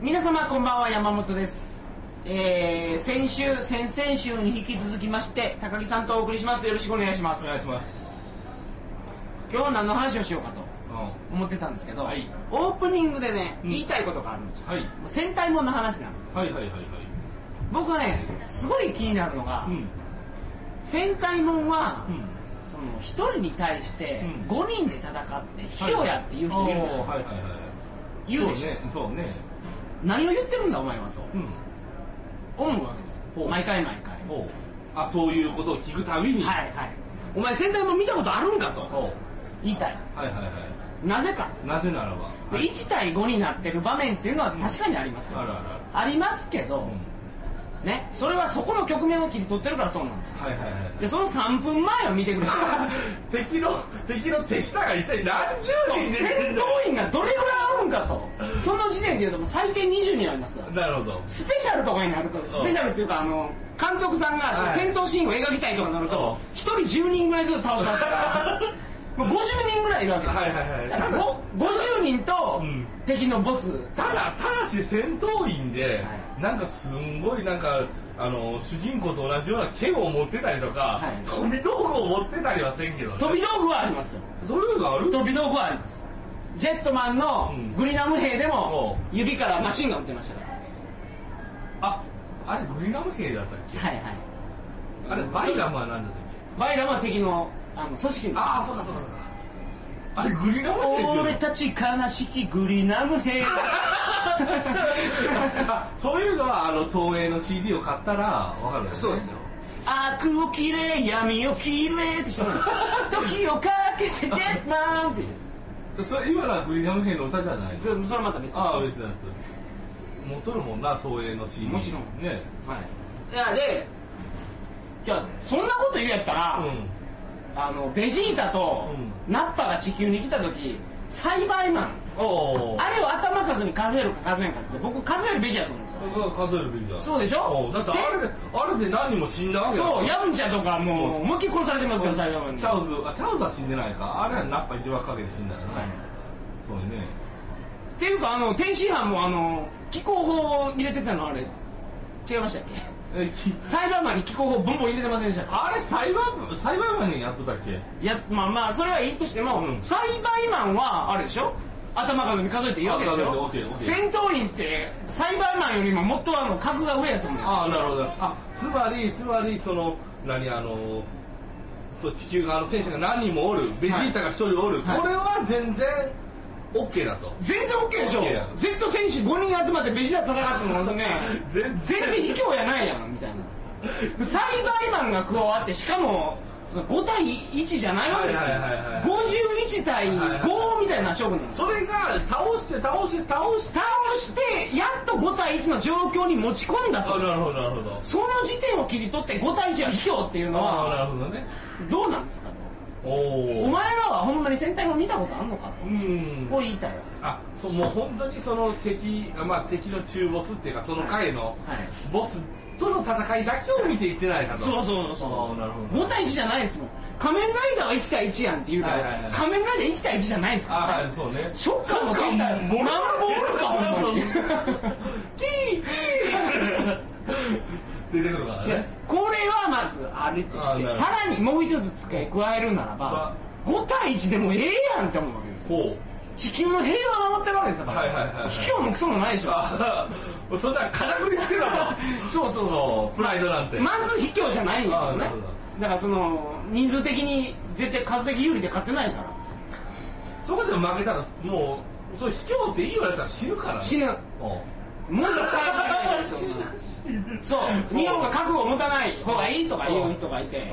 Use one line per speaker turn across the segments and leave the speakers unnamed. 皆様こんばんは山本です、えー、先週先々週に引き続きまして高木さんとお送りしますよろしくお願いします
お願いします
今日は何の話をしようかと
うんは
思ってたんですけど、
はい
オープニングでね
うん
言いたいことがあるんです、
はい
戦隊もんの話なんです
いはいはいはい
僕はねすごい気になるのが、
うん
戦隊もんは、
うん
その1人に対して
うん
5人で戦って卑怯やって言う人いるでしょ、
はいはいはい
言うでしょ、
そうねそうね
何を言ってるんだお前はと
うん
思うわけです
ほう
毎回毎回
ほうあそういうことを聞くたびに
はいはいお前戦隊もん見たことあるんかと
ほ
言いたいう
はいはいは
なぜか
いなぜならば
で1対5になってる場面っていうのは確かにありますよ、
あるあるあ
ありますけど、
るうん
ねそれはそこの局面を切り取ってるからそうなんですよ
はいはいはい
でその3分前を見てくれ
敵の敵の手下が一体何 十
そう
人
戦
出てんだ
闘員がどれぐらいおるんかとその時点で言うともう最低20人ありますよ
なるほど
スペシャルとかになるとスペシャルっていうかあの監督さんが
はい
戦闘シーンを描きたいとかになると
う
1人10人ぐらいずつ倒しますから もう50人ぐらいいるわけですよ
はいはいはい
だからご50人と
うん
敵のボス
ただただし戦闘員で、
は
なんかすんごいなんかあの主人公と同じような剣を持ってたりとか、
はい
飛び道具を持ってたりはせんけど、ね、
飛び道具はありますよ
どれがある
飛び道具はありますジェットマンの
うん
グリナム兵でも指からマシンが撃ってましたから
ああれグリナム兵だったっけ、
はいはい
あれバイラムは何だったっけ
バイラムは敵のあの組織の
ああそうかそうかそうかあれグリナム兵ってい
俺
うの
たち悲しきグリナム兵
あ そういうのはあの東映の CD を買ったらわかるよね
そうですよ悪を切れ闇を切れって人なんです時をかけてジェットマン って言うんです
それ今のはグリナム兵の歌じゃないの
でそれはまた別です
ああ売れてたやつ持っとるもんな東映の CD
もちろん
ね
はいいやでいやそんなこと言うやったら、
うん
あのベジータと
う
ナッパが地球に来た時栽培マン
おお
あれを頭数に数えるか数えんかって僕数えるべきだと思うんですよ
数えるべきだ
そうでしょ
おうだってあれであれで何人も死んだわけだ
そうヤムチャとかもう思いっきり殺されてますから最後に
チャウズあチャウズは死んでないかあれはナッパ一番かけて死んだよね、
はい
そうね
っていうかあの天津飯もあの気候法を入れてたのあれ違いましたっけ
えき
サイバーマンに気候法ボンボン入れてませんでしたか
あれ裁判部裁判員やっとったっけ
いやまあまあそれはいいとしても、
うん
栽培マンはあれでしょ頭数に数えていいわけでし
あ
ょ
数えて OK OK
戦闘員って栽培マンよりももっとあの格が上やと思うんですよ
ああなるほどあつまりつまりその何あのそう地球側の戦車が何人もおるベジータが一人おる、
はい
これは全然 OK だと
全然 OK でしょ
OK や
Z 戦士5人集まってベジータ戦っても ね
全
全然卑怯やないやんみたいな栽培マンが加わってしかもその5対1じゃないわけですよ
はいはいはいはい
51対5みたいな勝負なんです
それが倒して倒して倒して
倒してやっと5対1の状況に持ち込んだ
あ
と
なるほどなるほど
その時点を切り取って5対1は卑怯っていうの
ああな
は
るほどね
どうなんですかと
お
お
お
前らはほんまに戦隊も見たことあんのか
う
と
ん
を言いたいわ
あそうもう本当にその敵あまあ敵の中ボスっていうかその回の
はいはい
ボスとの戦いだけを見ていってないかと
そうそうそう
あーなるほど
5対1じゃないですもん仮面ライダーは1対1やんって言うけど、
はいはいはい
仮面ライダー1対1じゃないですから、
あはいそうね
ショッカーも敵だよ
も
なんぼおるかほ んまに
キーキー出てくるから
いや
ね
これはまずあるとし
あー
て
なるほど
さらにもう一つ付け加えるならば5対1でもええやんって思うわけですよ
ほう
地球の平和を守ってるわけですよ
はいはいはいはい
卑怯もクソもないでしょ
あーそんなからくりしてた と
そうそう
そうプライドなんて
まず卑怯じゃないんだよね
あーなるほど
だからその人数的に絶対数的有利で勝てないから
そこで負けたらもうそう卑怯っていいようなやつは死ぬからね
死ぬ
おう
もう一つ最後に言うんですよそう日本が核を持たない方がいいとか言う人がいて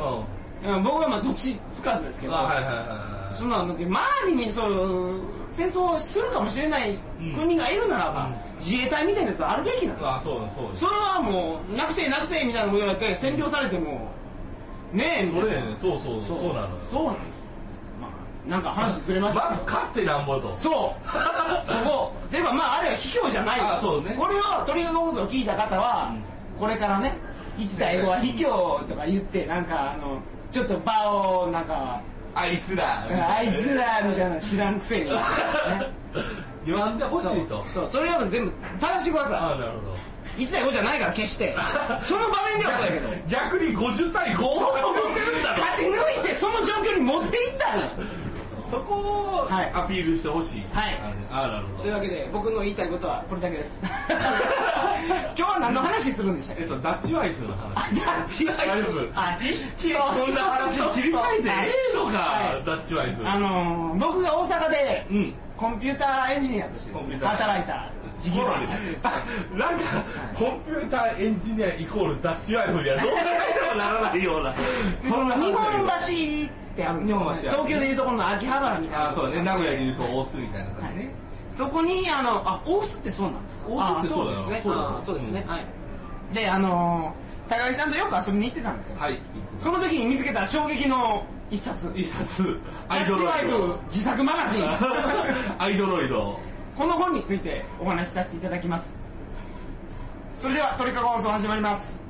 うん
うん僕はまあどっちつかずですけど
あはいはいはいはい
そんなのって周りにそう戦争をするかもしれない国がいるならば
う
自衛隊みたいなやつはあるべきなんで
あそうだそうだ
すそれはもうなくせなくせみたいなこと言われて占領されてもねえみた
それ
い
や
な
ねそうそうそうそうなのよ
そうなんですよまあなんか話ずれましたけど
まず勝ってなんぼと
そうそこでもまああれは卑怯じゃない
あそうね
これをトリガー放送を聞いた方は、これからね1対5は卑怯とか言ってなんかあのちょっと場をなんか
あいつら
あいつらみたいなの知らんくせに、ね
い 言わんでほしいと
そうそれは全部正してくだ
あ
さ
あなるほど
い1対5じゃないから決してその場面ではそうだ けど
逆に50対5を持ってるんだろ
勝ち抜いてその状況に持っていったのよ
そこを
はい
アピールしてほしい
はい
ああなるほ
という
ど
わけで僕の言いたいことはこれだけです 今日は何の話するんでしたっ
え
け
っとダッチワイフの話
あダッチワイフ
大丈夫
はい
こんな話切り替えてええのか、
はい
ダッチワイフ
あのー僕が大阪で、
うん
コンピューターエンジニアとしてです
コンピ
ね
ューター
働いた時期
コロ
があ
ナ
っ
に
たんです
なんかコンピューターエンジニアイコールダッチワイフにはどう考えてもならないような
その日
話だけど
本橋ってあるんですよ、
日本橋ある
東京でいうところの秋葉原みたいな
あそうだね名古屋でいうと大須みたいな
は
感
い
じね
そこにあのあ大須ってそうなんですか
大須ってそう
あそう
だよ
ですね
そうだよ
あそうですね、
うん
はいであのー高木さんとよく遊びに行ってたんですよ、
はい、
その時に見つけた衝撃の一冊
一冊
ダッチワイブ自作マガ ジン
アイドロイド
この本についてお話しさせていただきますそれでは鳥かご放送始まります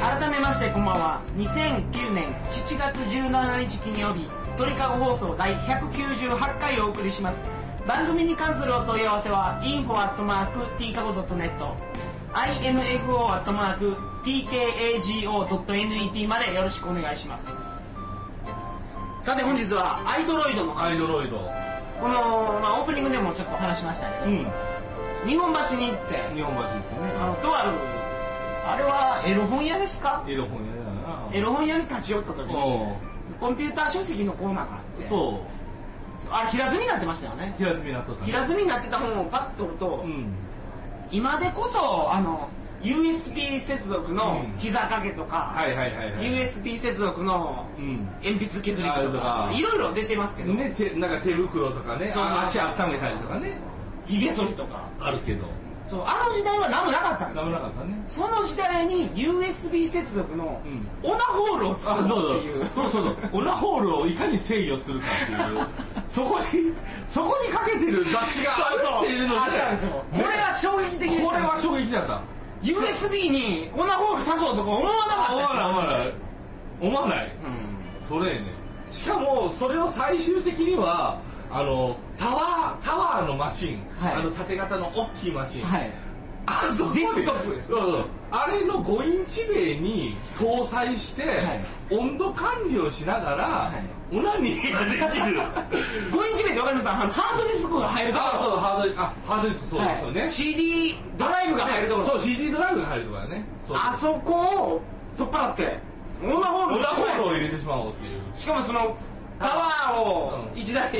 改めましてこんばんは2009年7月17日金曜日鳥かご放送第198回をお送りします番組に関するお問い合わせは info.tkago.net info.tkago.net までよろしくお願いしますさて本日はアイドロイドの
ア
話
イドロイド
この、まあ、オープニングでもちょっと話しましたけど、日本橋に行って
日本橋行ってね
あのとあるあれはエロ本屋ですか
エロ本屋だな
エロ本屋に立ち寄った時に
お
コンピューター書籍のコーナーがあって
うそ
そうあれ平積みになってましたよね
う平積みなっとったね
平積みになってた本をパッと取ると、
うん
今でこそあの USB 接続の
うん
膝掛けとか、
はいはいはいはい
USB 接続の
うん
鉛筆削り器と
あ
か
ー
いろいろ出てますけど、
ね、手なんか手袋とかね
そうそう
あ足温めたりとかね
ヒゲ剃りとか
あるけど
そうあの時代は何もなかったんです
危
よ
なかったね
その時代に USB 接続の
うん
オナホールを
あ
作る
そう
っていう、
そうそうそうオナホールをいかに制御するかっていうそこにそこにかけてる雑誌があるっていうの
あったんですよこれは衝撃的でした
これは衝撃だった
USB にオナホール刺そうとか思わなかった
思
です
わない思わない思わないそれねしかもそれを最終的にはあのタワータワーのマシン、
はい
あの縦型の大きいマシン、
うんはい
あそこ
デスクトップです
そうそうあれの5インチ米に搭載して、
い
温度管理をしながら、
はい
オナニーがで きる
5インチ目って分かりますあのハードディスクが入るとこ
あそうハードディスクあハードディスクそうですよね、
はい CD ドライブが入るとこ
そう CD ドライブが入るとかねそう
あそこを取っ払ってオナホール
オ
を
ナホールを入れてしまおうっていう
しかもそのパワーを
うん
一台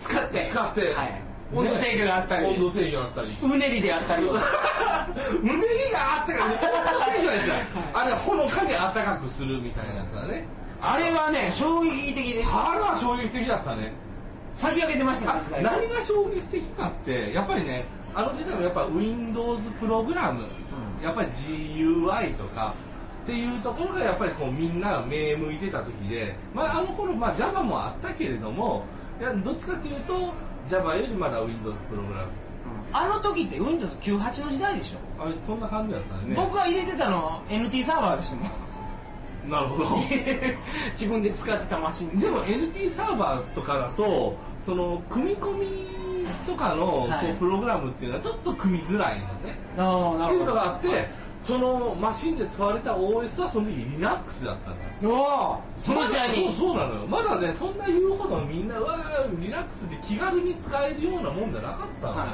使って
使って、
はい温度制御があったり
温度制御があったり
うねりであったり
胸に があったかく温度制御のやつだあれほのかに暖かくするみたいなやつだね
あれはね衝撃的でした
あれは衝撃的だったね
先駆けてましたね時代が
何が衝撃的かってやっぱりねあの時代もやっぱ Windows プログラム、
ん
やっぱり GUI とかっていうところがやっぱりこうみんな目向いてた時で、まあ、あの頃まあ Java もあったけれどもいやどっちかっていうと Java よりまだ Windows プログラム
あの時って Windows98 の時代でしょ、
あれそんな感じだったね
僕が入れてたの NT サーバーでしたもん
なるほど
自分で使ってたマシン
でも NT サーバーとかだとその組み込みとかのこう
はい
プログラムっていうのはちょっと組みづらいのね、
ああな
って
る
い
ほ
うの
ど
があってそのマシンで使われた OS はその時 Linux だったんだよ
おおその時代に
まだそうそうなのよまだねそんな言うほどみんなうわー Linux って気軽に使えるようなもんじゃなかったのよ、
は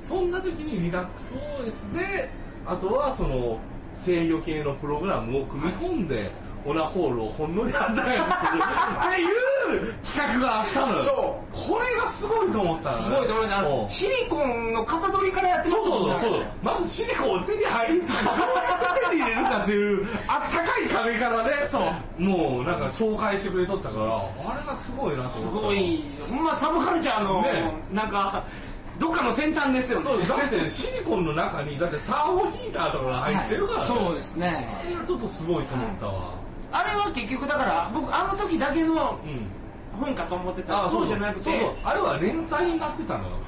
そんな時に LinuxOS であとはその制御系のプログラムを組み込んで、オナホールをほんのりあったかくするっていう企画があったのよ
そ
これがすごいと思ったの
い
ね
すごいと思い
も
ま
う
すシリコンの型取りからやってま
そう
す
そうそうそう
ね
まずシリコンを手に入りどうやって手に人入れるかっていうあったかい壁からねそうもうなんか紹介してくれとったからあれがすごいなと
す
思った
ごいほんまサブカルチャーの、
ね
なんかどっかの先端ですよね
そうだってシリコンの中にだってサーモヒーターとかが入ってるから、
はい
ね
そうですね
あれはちょっとすごいと思ったわ、
あれは結局だから僕あの時だけの
うん
本かと思ってたらそうじゃなくて
そうそうあれは連載になってたのよ、
は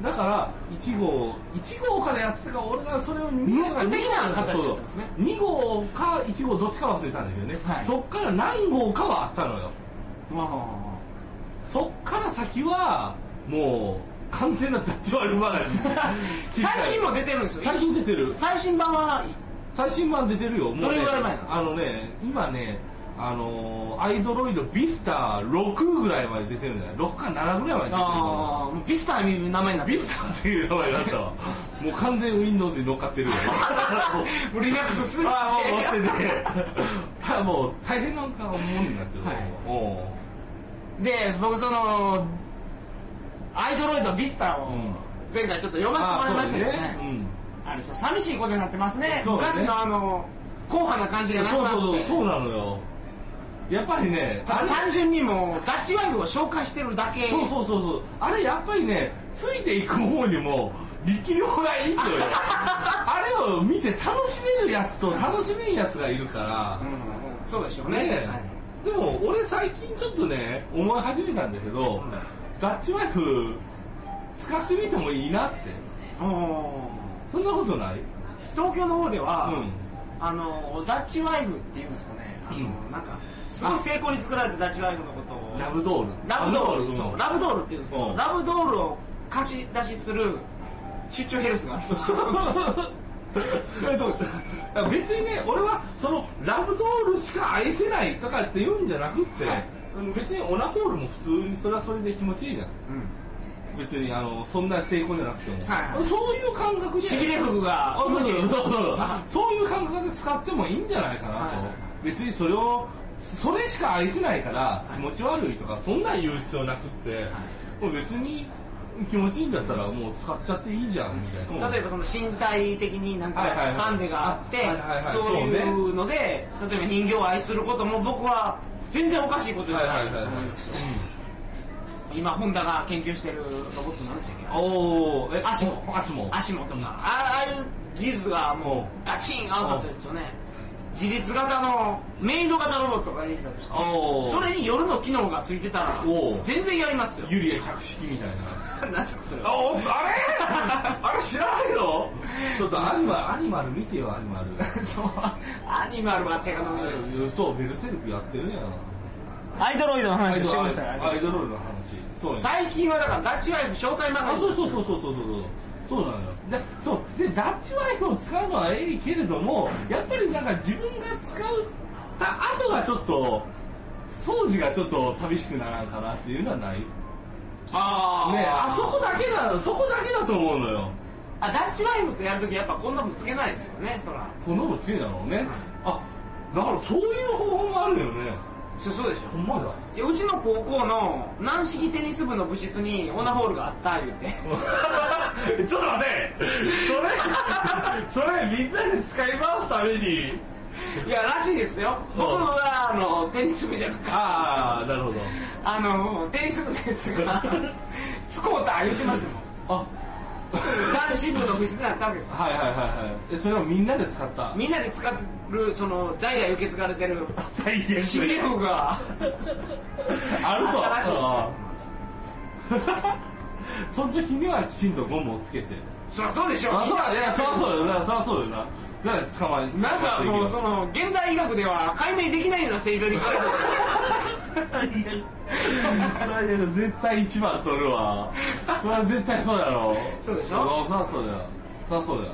い
だから1号1号からやってたから俺がそれを見
ムック的な形だったんですね
2号か1号どっちか忘れたんだけどね、
はい
そっから何号かはあったのよ
ま
そっから先はもう完全な立ち悪まない
あ 最近も出てるんですよ
最近出てる
最新版は
最新版出てるよもうね
どれぐらい前なんですか
あのね今ねあのーアイドロイドビスター6ぐらいまで出てるんじゃない6か7ぐらいまで出てるかな
ああビスターいう名前になって
ビ
る
スターっていう名前になったわもう完全 Windows に乗っかってるよ
リラックスする
ああもう 忘れてたもう大変なんかもんになってるわ、
はい
おう
で僕そのアイドロイドビスターを前回ちょっと読ませてもらいましたけどねあれちょっと寂しいことになってますね
そうね
昔のあの硬派な感じ
う
が
ん
なく
そう
な
そ
っ
うそう
て
そうなのよやっぱりねあ
た
れ
単純にもうダッチワイフを紹介してるだけ
そうそうそうそうあれやっぱりねついていく方にも力量がいいのよ あれを見て楽しめるやつと楽しめんやつがいるから、
うんそうでしょうね
ねえ、
はい
でも俺最近ちょっとね思い始めたんだけど、
ん
ダッチワイフ使ってみてもいいなって
お
そんなことない
ー東京の方では、
うん
あのダッチワイフっていうんですかねあの、
うん
なんかすごい精巧に作られたダッチワイフのことを
ラブドール
ラブドール
うん
そうラブドールっていうんですけど、
うん
ラブドールを貸し出しする出張ヘルスがあるんですよ それどうですか
だから別にね俺はそのラブドールしか愛せないとかって言うんじゃなくって、
はい
うん別にオナホールも普通にそれはそれで気持ちいいじゃん別にあのそんな成功じゃなくても、
はい
そういう感覚で
しびれ服が
あ そうそうそうそう
あ
そういう感覚で使ってもいいんじゃないかなと、
はいはいはい
別にそれをそれしか愛せないから気持ち悪いとかそんなん言う必要なくって、もう別に気持ちいいんだったらもう使っちゃっていいじゃんみたいな、
例えばその身体的になんか
はいはいはい
ハンデがあって
はいはいはい
そういうので例えば人形を愛することも僕は全然おかしいことじゃ
はいは
ない
い
と
はい
思
は
う
い
んですよ今本田が研究してるロボットなんでしたっけ
おおえ
足も
足も
足もとかあああいう技術がもうガチン合わさったですよね自立型のメイド型ロボットができたとして
おー
それに夜の機能がついてたら
おー
全然やりますよ
ユリア百式みたいな
何すかそれ
あおあれあれ知らないのちょっとアニマルアニマル見てよアニマ ル
そうアニマルは手が伸びないです
そうベルセルクやってるやん
アイドロイドの
ア
話
イ
を
ド
して
ル
ください
アイドルの話そうね
最近はだからダッチワイフ紹介ばか
あ
り
そうそうそうそうそうそうそうなのよでそうでダッチワイフを使うのはええけれどもやっぱりなんか自分が使った後がちょっと掃除がちょっと寂しくならんかなっていうのはないね
あー
あそこだけだそこだけだと思うのよ
あダッチワイフとやるときやっぱこんなもんつけないですよねそら
このもつけんだろうねあだからそういう方法もあるよね
そそうでしょ
ほんま だ
いやうちの高校の軟式テニス部の部室にオナホールがあった言うて
ちょっと待てそれ それみんなで使い回すために
いやらしいですよ
うん
僕はあのテニス部じゃなかっ
ああなるほど
たあのテニス部のやつが スコーター言ってましたもん
あ
男子部の部室にあったわけですよ
はいはいはいはいえそれをみんなで使った
みんなで使ってるその代々受け継がれてる
最悪
しびれ服が
あると
新しいですよ
うん その時にはきちんとゴムをつけて
そりゃそうでしょ
あそうだいやそりゃ
う
そうよなそりゃそうよなだから捕まえ捕
なんか
まえていけ
も
よ
うその現代医学では解明できないような性病にかかる
最悪絶対一番取るわそれは絶対そうやろ
そうでしょ
あそりゃそうだよそりゃそうだよ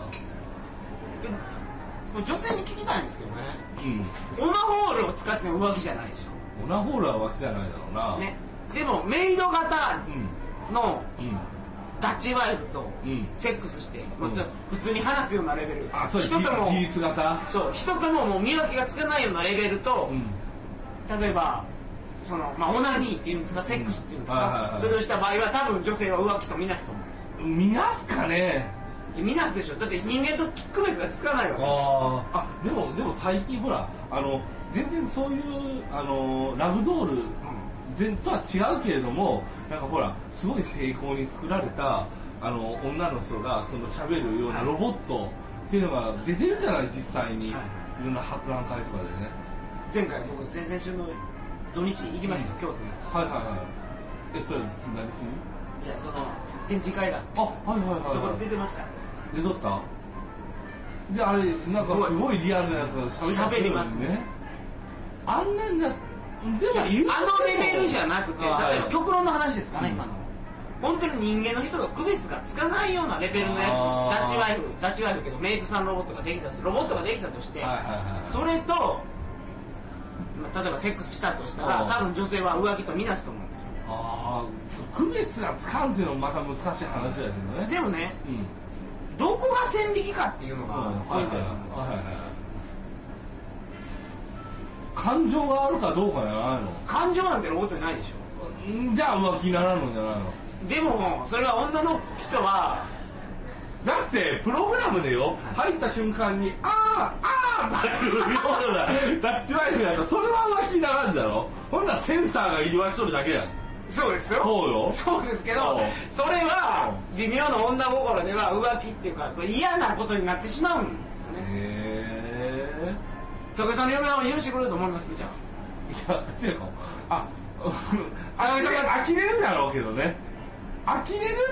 もう女性に聞きたいんですけどね
うん
オナホールを使っても浮気じゃないでし
オナホールはわけじゃないだろうな
ょ、ね、でもメイド型の
うんうん
ダッチワイフと
うん
セックスして、
ん
まあ普通に話すようなレベル
あそう
人とも
自自立型
そう人とももう見分けがつかないようなレベルと、例えばその、まあ、オナニーっていうんですかセックスっていうんです
はいはいは
か
い
それをした場合は多分女性は浮気とみなすと思うんですよ
うん見やすかね
みなすでしょだって人間と区別がつかないわ
あーあでもでも最近ほらあの全然そういうあのラブドール全とは違うけれどもなんかほらすごい精巧に作られたあの女の人がその喋るようなロボットっていうのが出てるじゃない実際にい
はい
ろんな博覧会とかでね
前回僕先々週の土日行きましたよ、京都に
はいはいはいえそれ何しに
いやその展示会が
あはいはいはい、はい、
そこで出てました
で撮ったであれなんかす
すご
ごいリアルなやつが喋ったり
喋ります
するのにねあんなんだでも言うても
あのレベルじゃなくて
あ
例えば
はい
極論の話ですかね、
うん
今の本当に人間の人が区別がつかないようなレベルのやつ
あー
ダッチワイフダッチワイフけどメイクさんロボットができたとロボットができたとして、
はいはいはい
それと、まあ、例えばセックスしたとしたら
うん
多分女性は浮気とみなすと思うんですよ
ああ区別がつかんっていうのもまた難しい話だよね
でもね
うん
どこが線引きかっていうのがポ
は
イ
い
ン
はい
ト
はい
だ
は
と思うんですよ
いはい感情があるかどうかじゃない
感情なんてロボットにないでしょ
のんじゃあ浮気にならんのじゃないの
でもそれは女の人は
だってプログラムでよ入った瞬間に「あーあー」っていうよう なダッチワイフやったらそれは浮気にならんだろほんならセンサーが入りはしとるだけやん
そうですよ
そうよ
そうですけど
うん
それは微妙な女心では浮気っていうかこれ嫌なことになってしまうんですよね
へ
徳井さんの嫁は許してくれると思いますじゃ
えいやていうかああそれ呆れるだろうけどね呆れる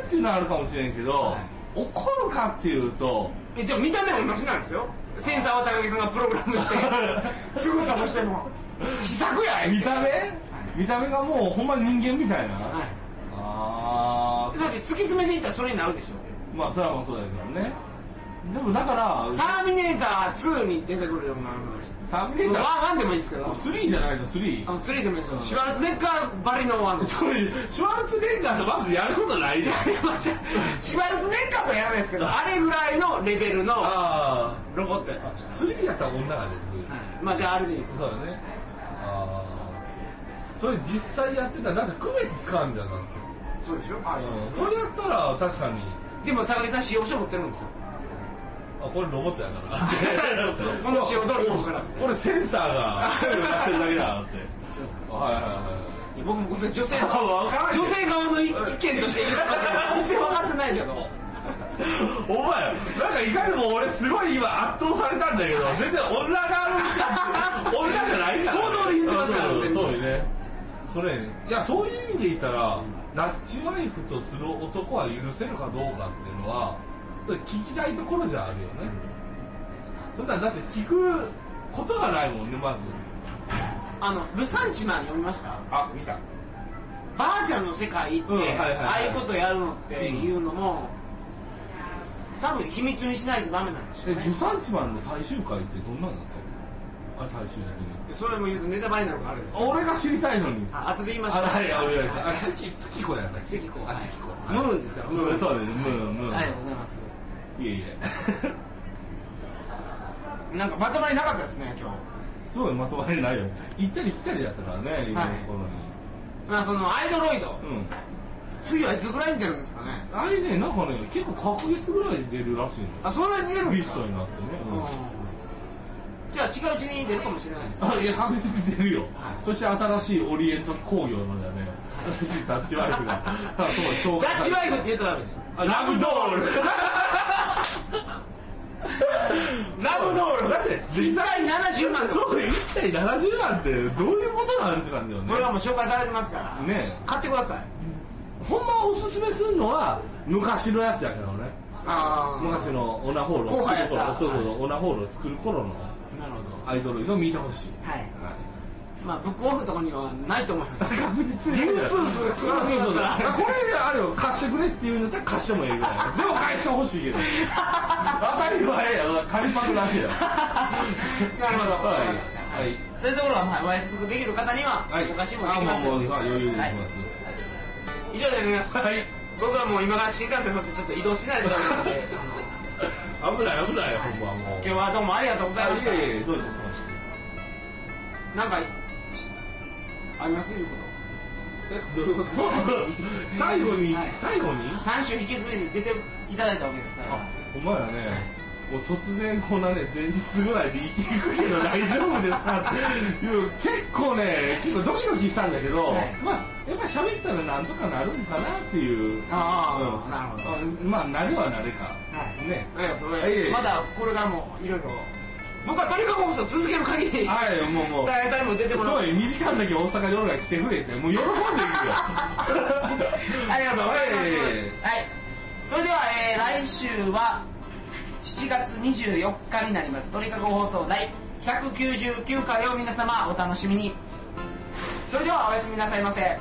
っていうのはあるかもしれんけど、
はい
怒るかっていうと
あえでも見た目は同じなんですよセンサーは高木さんがプログラム して作ったとしても試作や
見た目、
はい
見た目がもうほんま人間みたいな、
はい
ああ
だって突き詰めていったらそれになるでしょ
まあそれはまあそうだけどねでもだから
ターミネーター2に出てくるような
ターミネ
1
ーター
ワンでもいいですけど
3じゃないの3
あの3でもいいですよシュワルツェネッガーバリのワン です
それシュワルツェネッガーとまずやることないで
シュワルツェネッガーとはやらないですけどあれぐらいのレベルの
あ
ロボットやった
あ
んです
3やったら女が出てくる、
まあじゃああれでいいです
そうだねああそれ実際やってたらだって区別つかんじゃんだって
そうでしょあ
それやったら確かに
でも高木さん使用書持ってるん ですよ
あこれロボットやから
そうそう この仕様通り動くから
これセンサーが声を出してるだけだってはいはいは
い
い
や僕もこれ 女性の
わからんよ
女性側の意意見として言います全然分かってないけど
お前なんかいかにも俺すごい今圧倒されたんだけど全然女側の人女じゃないから
想像で言ってますから
そうそう
全部
そうよねそれやねいやそういう意味で言ったら、ダッチワイフとする男は許せるかどうかっていうのはそれ聞きたいところじゃあるよね、そんなんだって聞くことがないもんねまず
あのルサンチマン読みました
あ見た
バーチャルの世界行って、
うんはいはいはい
ああいうことやるのっていうのも、多分秘密にしないとダメなんでしょ
え
う
ル
ね
サンチマンの最終回ってどんなんだったのあれ最終的に
それも言うとネタバレなのがあるんですよ
俺が知りたいのに
あ後で言い
あ
ましょう
はいお願いしますあ月月子やったっけ
次こう
あ月子
ムーンですから
ムーンそうだねムーンムーン
ありがとうございます
いえいえ
なんかまとまりなかったですね今日
すごいまとまりないよ行ったり来たりだったからね今のところに、
まあそのアイドロイド、
うん
次はいつぐらいに出るんですかね
あれねなんかね結構隔月ぐらいで出るらしいの
あそんなに出るん
ビ
です
ス
か
トになってね、うん
うんじゃあ近いうちに出るかもしれないですね
あいや確実に出るよ、そして新しいオリエント工業のだね、新しいダッチワイフがあそう
ダッチワイフって言うとダメですよ
あラブドールラブドールだって
1回70万です
そう1対70なんてどういうことなんですかね
これはもう紹介されてますから
ね
買ってください
ほんまおすすめすんのは昔のやつやけどね
あ
昔のオナホールを
後
作
輩や
る
っ
頃
た
そうそうオナホールを作る頃の
なるほど
アイドルの見てほしい
はいまあブックオフとかにはないと思います
確実に
流通数が少なくなったら
そうそうそうこれあれよ貸してくれって言うんだったら貸してもええぐらいでも返してほし いけど当たり前やな借りパクらしいや
なるほどわかりました
はい、はい
そういうところはまあお約束できる方には
はい、
お菓子もできます
あ、もう、もう、まあ、余裕できま
はい
す。
以上でございます
はい
僕はもう今から新幹線乗ってちょっと移動しないとダメ なんであの
危ない、危ない、ほんま、もう。
今日はどうもありがとうございました
いやいやいやどういたしまして。
なんかありますいうこ
え、どういうこと。最後 に
はい、
最後に
と。3週引きずりで出ていいただいたわけですから
あお前らねもう突然こんなね前日ぐらいで行きにくいけど大丈夫ですかっていう結構ね結構ドキドキしたんだけど、
はい
まあやっぱり喋ったらなんとかなるんかなっていう
ああ
うん
なるほど
あまあなるはなるか、
はい
ね
ありがとうござ
いえ
い
いえ
ますまだこれからもいろいろ僕はトリカゴ放送続ける限り
はいもうもう
大さんにも出てもら
そううよ2時間だけ大阪に俺が来てくれてもう喜んでいるよ
ありがとうございます
いえいえ
はいそれでは、えー来週は7月24日になりますトリカゴ放送第199回を皆様お楽しみにそれではおやすみなさいませ